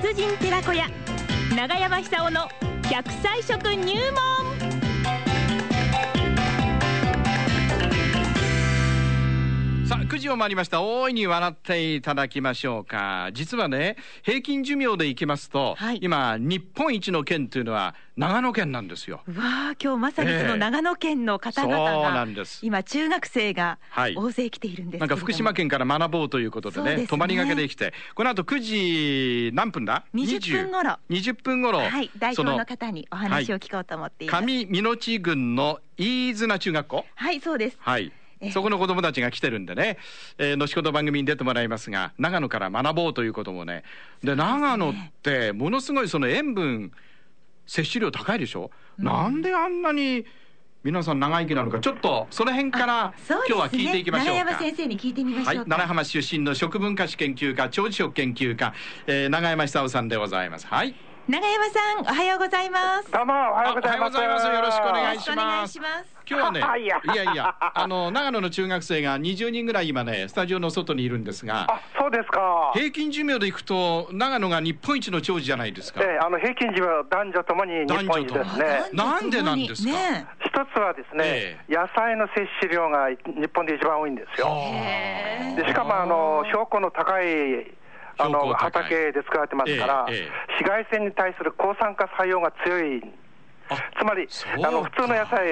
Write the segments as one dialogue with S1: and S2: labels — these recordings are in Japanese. S1: 風神寺子屋長山久夫の100歳食入門
S2: さあ、9時を回りました。大いに笑っていただきましょうか。実はね、平均寿命でいきますと、
S1: はい
S2: 今、日本一の県というのは長野県なんですよ。
S1: うわあ今日まさにその長野県の方々
S2: そうな
S1: が
S2: んです
S1: 今中学生が
S2: はい
S1: 大勢来ているんです
S2: な
S1: けれど
S2: んか
S1: も
S2: 福島県から学ぼうということで
S1: そう
S2: ね、
S1: ですね
S2: 泊まりがけできて、この後9時何分だ
S1: 20分頃
S2: 20分頃、
S1: はい代表の
S2: そ
S1: 方にお話を聞こうと思っています
S2: 上美濃地郡の飯綱中学校。
S1: はいそうです
S2: はい
S1: ええ。
S2: そこの子供たちが来てるんでね、えー、後ほど番組に出てもらいますが、長野から学ぼうということもね。で、長野って、ものすごいその塩分、摂取量高いでしょ、なんであんなに皆さん長生きなのか、ちょっとその辺から
S1: そう
S2: 今
S1: ですね
S2: 日は聞いていきましょうか。
S1: 長山先生に聞いてみまし
S2: はい、
S1: ょう
S2: 奈良
S1: か
S2: 浜出身の食文化史研究家、長寿食研究家、えー、長山久夫さんでございます。はい。
S1: 長山さんおはようございます
S3: どうもおはようございます。
S2: おはようございますよろしくお願いします
S1: よろくお願いします
S2: 今日はね、
S3: あいや
S2: いやいや、あの、長野の中学生が20人ぐらい今ね、スタジオの外にいるんですが、
S3: あ、そうですか。え
S2: 平均寿命でいくと、長野が日本一の長寿じゃないですか。
S3: えあの平均時は男女ともに日本一で
S2: 男
S3: す
S2: 女
S3: ね。
S2: なんでなんですか
S1: ね
S3: 一つはですね、
S2: え
S3: 野菜の摂取量が日本で一番多いんですよ。
S1: へ
S3: でしかもあの標高の高いあ
S2: 標高高
S3: の
S2: い
S3: 畑で使われてますから、
S2: ええええ
S3: 紫外線に対する抗酸化作用が強い。
S2: あ
S3: つまり
S2: そう
S3: あの普通の野菜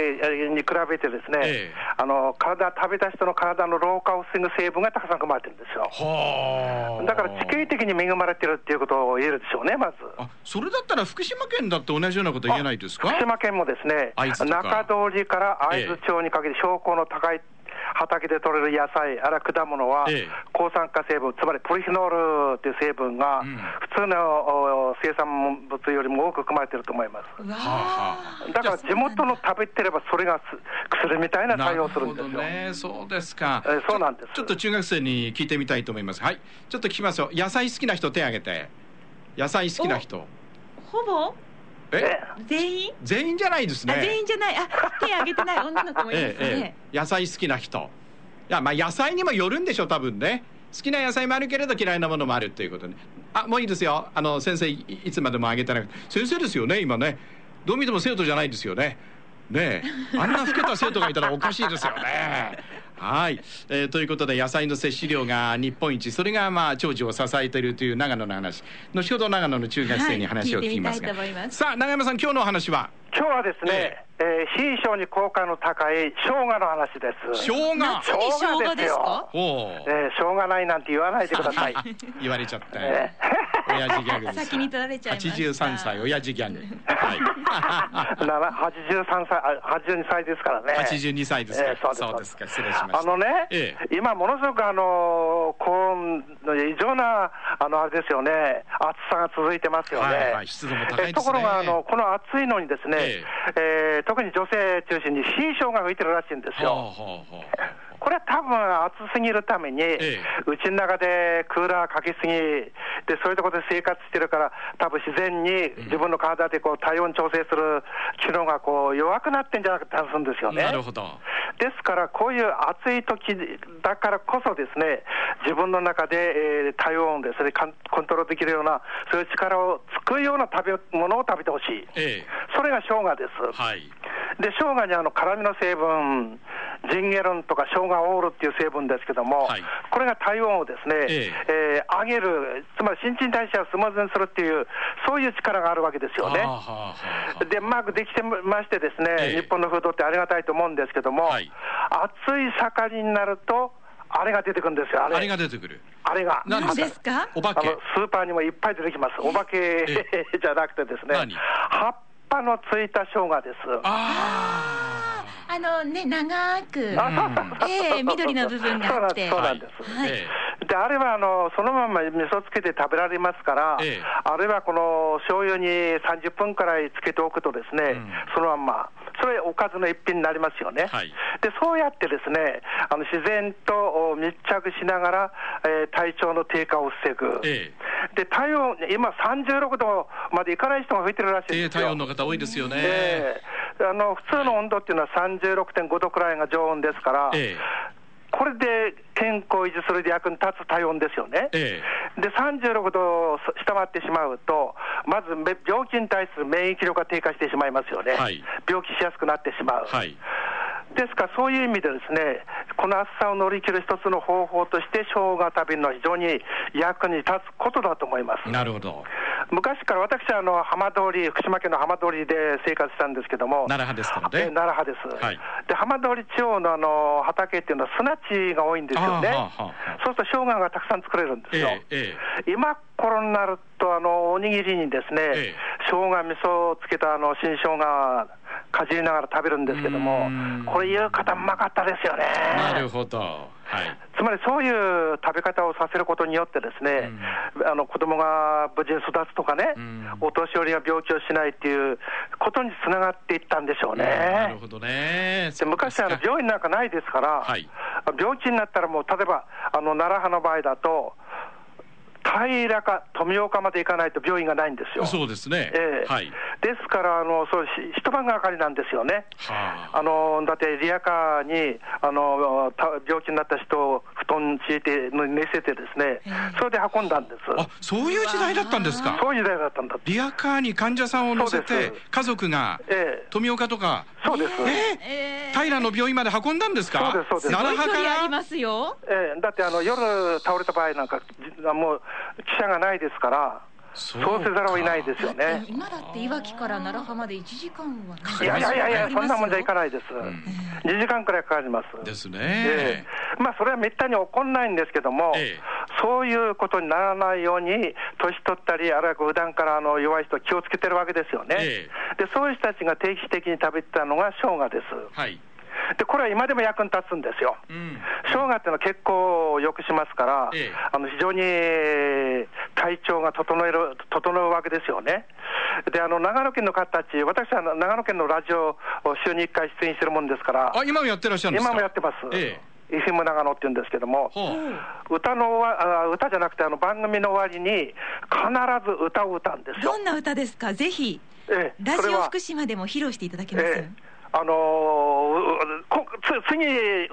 S3: に比べてですね、
S2: ええ
S3: あの体食べた人の体の老化を防ぐ成分がたくさん含まれてるんですよ。
S2: はあ
S3: だから地形的に恵まれてるっていうことを言えるでしょうね、まず。
S2: あそれだったら福島県だって同じようなこと言えないですか
S3: 福島県もですね、
S2: 会津とか
S3: 中通りから会津町にかけて標高の高い畑で採れる野菜、あら果物は
S2: ええ、
S3: 抗酸化成分、つまりポリフェノールっていう成分が
S2: ん、
S3: 普通のお生産物よりも多く含まれてると思います。
S1: えわ
S2: はあ
S1: あ
S2: は
S3: だから地元の食べてれば、それがす薬みたいな
S2: な
S3: 作用
S2: る
S3: をするん
S2: ほ
S3: です
S2: ど
S3: よ。
S2: ね、そうですか。
S3: えそうなんです
S2: ちょちょっと中学生に聞いてみたいと思います。はい、ちょっと聞きますよ。野菜好きな人手挙げて。野菜好きな人。
S1: ほぼ
S2: え
S3: え、
S1: 全員
S2: 全員じゃないですね。
S1: あ全員じゃないあ手挙げてない女の子もいますね
S2: ええ、野菜好きな人いやまあ野菜にもよるんでしょ多分ね好きな野菜もあるけれど嫌いなものもあるっていうことねあもういいですよあの先生いいつまでもあげてなくて先生ですよね今ねどう見ても生徒じゃないですよねねえあんな老けた生徒がいたらおかしいですよねはい、えーということで野菜の摂取量が日本一それがまあ長寿を支えているという長野の話後ほど長野の中学生に話を聞きますが、
S1: はい聞いてみたいと思います
S2: さあ長山さん今日のお話は
S3: 今日はですね、えー新商に効果の高い生姜の話です。
S2: 生姜
S1: 夏に生姜ですか
S2: ほう
S3: えー、しょうがないなんて言わないでくだ さい。
S2: 言われちゃったよ
S3: え。
S2: 親父ギャグです。
S1: 先に取られちゃいました
S2: 83歳親父ギャグ。は
S3: なら83歳、あ82歳ですからね
S2: い。。82歳ですか。
S3: ええそうです
S2: か。失礼しました。
S3: あのね、
S2: ええ
S3: 今、ものすごくあのー高温の異常なあのあれですよね、暑さが続いてますよね。
S2: はいはい湿度も高いですね
S3: えところがあの、この暑いのに、ですね、えー特に女性中心に新生姜が吹いてるらしいんです
S2: ほう
S3: よ。
S2: ほうほうほう。
S3: これは多分暑すぎるために、
S2: ええ
S3: うちの中でクーラーかけすぎ、でそういうところで生活してるから、多分自然に自分の体でこう体温調整する機能がこう弱くなってんじゃなくて、するんですよね。
S2: なるほど。
S3: ですから、こういう暑い時だからこそですね、自分の中で、えー体温をですね、かんコントロールできるような、そういう力をつくような食べ物を食べてほしい。
S2: ええ。
S3: それが生姜です。
S2: はい。
S3: で生姜にあの辛みの成分、ジンゲロンとか生姜オールっていう成分ですけども、
S2: はい
S3: これが体温をですね、
S2: え
S3: えー上げる、つまり新陳代謝をスムーズにするっていう、そういう力があるわけですよね。
S2: はあはあはあ
S3: で、うまくできてましてですね、
S2: ええ
S3: 日本の風土ってありがたいと思うんですけども、
S2: はい
S3: 暑い盛りになると、あれが出てくるんですよ、あれ
S2: あれが出てくる。
S3: あれが
S2: 何
S1: 何ですか
S2: お化
S3: あの
S2: け。
S3: スーパーにもいっぱい出てきます、お化け
S2: え
S3: じゃなくてです
S2: 何
S3: ね、葉っぱのついた生姜です。
S2: ああ。
S1: あのね長く
S3: あ
S1: ええ緑の部分があって
S3: そうなん
S2: で
S3: ですす。そうなん
S1: は
S3: です
S1: い
S2: え
S3: であれはあのそのまま味噌つけて食べられますから、
S2: ええ
S3: あるいはこの醤油に30分くらいつけておくとですね、
S2: ん
S3: そのまんま、それおかずの一品になりますよね。
S2: はい
S3: でそうやってですね、あの自然とお密着しながら、えー体調の低下を防ぐ。
S2: え
S3: で体温、今36度までいかない人が増えてるらしい
S2: え。低
S3: んです
S2: 体
S3: よ。
S2: 温の方多いですよね。
S3: ええあの普通の温度っていうのは36.5度くらいが常温ですから、
S2: ええ
S3: これで健康を維持するで役に立つ体温ですよね。
S2: え
S3: で36度を下回ってしまうと、まずめ病気に対する免疫力が低下してしまいますよね、
S2: はい
S3: 病気しやすくなってしまう。
S2: はい
S3: ですから、そういう意味で、ですねこの暑さを乗り切る一つの方法として、生姜を食べるのは非常に役に立つことだと思います。
S2: なるほど
S3: 昔から私はあの浜通り、福島県の浜通りで生活したんですけども、
S2: 奈良派ですから
S3: え
S2: ね
S3: 奈良派です、
S2: はい
S3: で浜通り地方のあの畑っていうのは砂地が多いんですよね、
S2: あーはあはあはあ
S3: そうすると生姜がたくさん作れるんですよ。
S2: えええ
S3: 今頃になると、あのおにぎりにです
S2: ええ
S3: ね、生姜味噌をつけたあの新生姜かじりながら食べるんですけど
S2: う
S3: も
S2: ーん、
S3: これ、言う方、うまかったですよね。
S2: えなるほどはい
S3: つまりそういう食べ方をさせることによって、ですね、あの子供が無事に育つとかね、
S2: うん
S3: お年寄りが病気をしないっていうことにつながっていったんでしょう
S2: なる
S3: ね。
S2: ほどね
S3: で昔はあの病院なんかないですから、
S2: はい
S3: 病気になったらもう、例えばあの奈良派の場合だと、平か富岡まで行かないと病院がないんですよ。
S2: そうですね、
S3: ええ
S2: はい
S3: ですからあのそうし、一晩がかりなんですよね。
S2: はあ
S3: あのだって、リアカーにあのた病気になった人を布団に敷いて、寝せてですね、それで運んだんです。
S2: あそういう時代だったんですか
S3: そういう時代だったんだって。
S2: リアカーに患者さんを乗せ
S3: そう
S2: て
S3: です
S2: 家族が
S3: ええ
S2: 富岡とか
S3: そうです、え
S2: えー平の病院まで運んだんですか
S3: そうですそうです
S1: すご
S2: 奈
S1: い
S2: 良
S1: 距離
S2: 派
S1: あり
S2: から
S1: ますよ。
S3: えだってあの夜倒れた場合なんか、じもう記者がないですから、
S2: そ
S3: そうう
S2: か
S3: せざるを得ないですよね。
S4: 今だっていわきから奈良浜で1時間はね
S3: いやいやいやいや、そんなもんじゃいか
S4: な
S3: ないです、2時間くらいかかります。
S2: ですね、
S3: ええまあ、それはめったに起こんないんですけども、
S2: ええ
S3: そういうことにならないように、年取ったり、あるいは普段からあの弱い人、気をつけてるわけですよね、
S2: え
S3: でそういう人たちが定期的に食べてたのが生姜です。
S2: はい、
S3: でこれは今でも役に立つんですよ。
S2: うん、
S3: 生姜っていうのは血行を良くしますから、
S2: ええ
S3: あの非常に体調が整える整うわけですよね。であの長野県の方たち、私はあの長野県のラジオを週に1回出演してるもんですから、
S2: あ今もやってらっしゃるんですか
S3: 今もやってます、
S2: え
S3: イフム長野って言うんですけども
S2: え、はあ
S3: 歌の終わあ歌じゃなくて、あの番組の終わりに、必ず歌を歌うんですよ
S5: ど。んな歌ですかぜひ
S3: ええ
S5: ラジ
S3: それ
S5: オ
S3: は
S5: 福島でも披露していただけますよ
S3: ええあのーうこつ次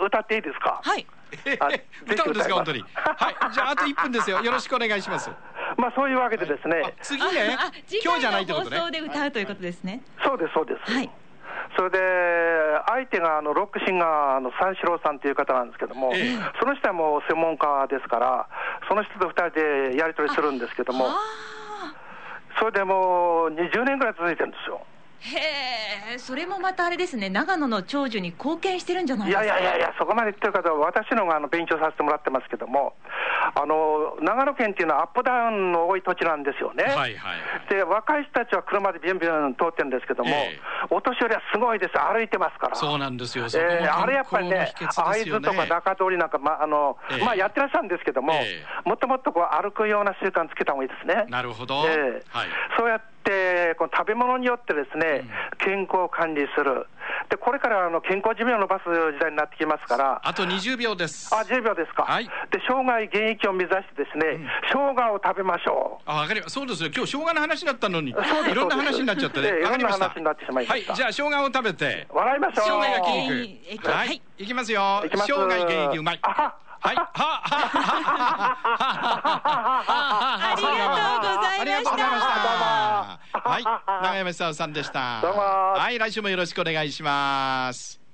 S3: 歌っていいですか、
S5: はい
S3: あ
S2: ええ 歌うんですか本当にはいじゃああと1分ですよよろしくお願いします
S3: まあ、そういうわけでですね、
S2: あ次ね
S5: ああ次
S2: 今日じゃな
S5: 回
S2: いって
S5: の
S2: こ
S5: 放
S2: とね
S5: 送で歌うということですね
S3: そうです、そうです。
S5: はい
S3: それで相手があのロックシンガーの三四郎さんという方なんですけども、
S2: ええ
S3: その人はもう専門家ですから、その人と2人でやり取りするんですけども、それでもう20年ぐらい続いてるんですよ。
S5: へえそれもまたあれですね長野の長寿に貢献してるんじゃない
S3: い
S5: です
S3: や
S5: か
S3: いやいやいや、そこまで言ってる方は、私のがあの勉強させてもらってますけども、あの長野県っていうのはアップダウンの多い土地なんですよね。
S2: はいはい
S3: で若い人たちは車でビュンビュン通ってるんですけども、
S2: ええ
S3: お年寄りはすごいです、歩いてますから。
S2: そうなんですよそこも
S3: えーあれやっぱりね、
S2: 健康の秘訣で
S3: 会
S2: すよ
S3: 津
S2: ね
S3: とか中通りなんか、まあの
S2: ええ
S3: まあ、やってらっしゃるんですけども、
S2: え
S3: もっともっとこう歩くような習慣つけた方がいいですね。
S2: なるほど、
S3: ええ
S2: はい
S3: そうやってこの食べ物によってですね、健康を管理する、でこれからあの健康寿命を伸ばす時代になってきますから、
S2: あと20秒です
S3: あ10秒ですか、
S2: はい
S3: で生涯現役を目指して、ですね、生姜を食べましょう。
S2: あ、わかりまそうですよ。今日生姜の話だったのに、
S3: うです
S2: いろんな話になっちゃったね。
S3: ええ
S2: わかりました。
S3: いろんな話になってしまいました
S2: はい、じゃあ生姜を食べて。
S3: 笑いましょう。
S2: 生姜が
S5: き
S2: 筋肉。
S5: ええ
S2: は
S5: はいい、
S2: いきますよ。
S3: いきます
S2: 生姜現役うまい。
S3: あは
S2: はい、はは
S5: ありがとうございました
S2: ありがとうございま
S3: あ
S2: した。はい、長山久夫さんでした。
S3: どうも
S2: はい、来週もよろしくお願いします。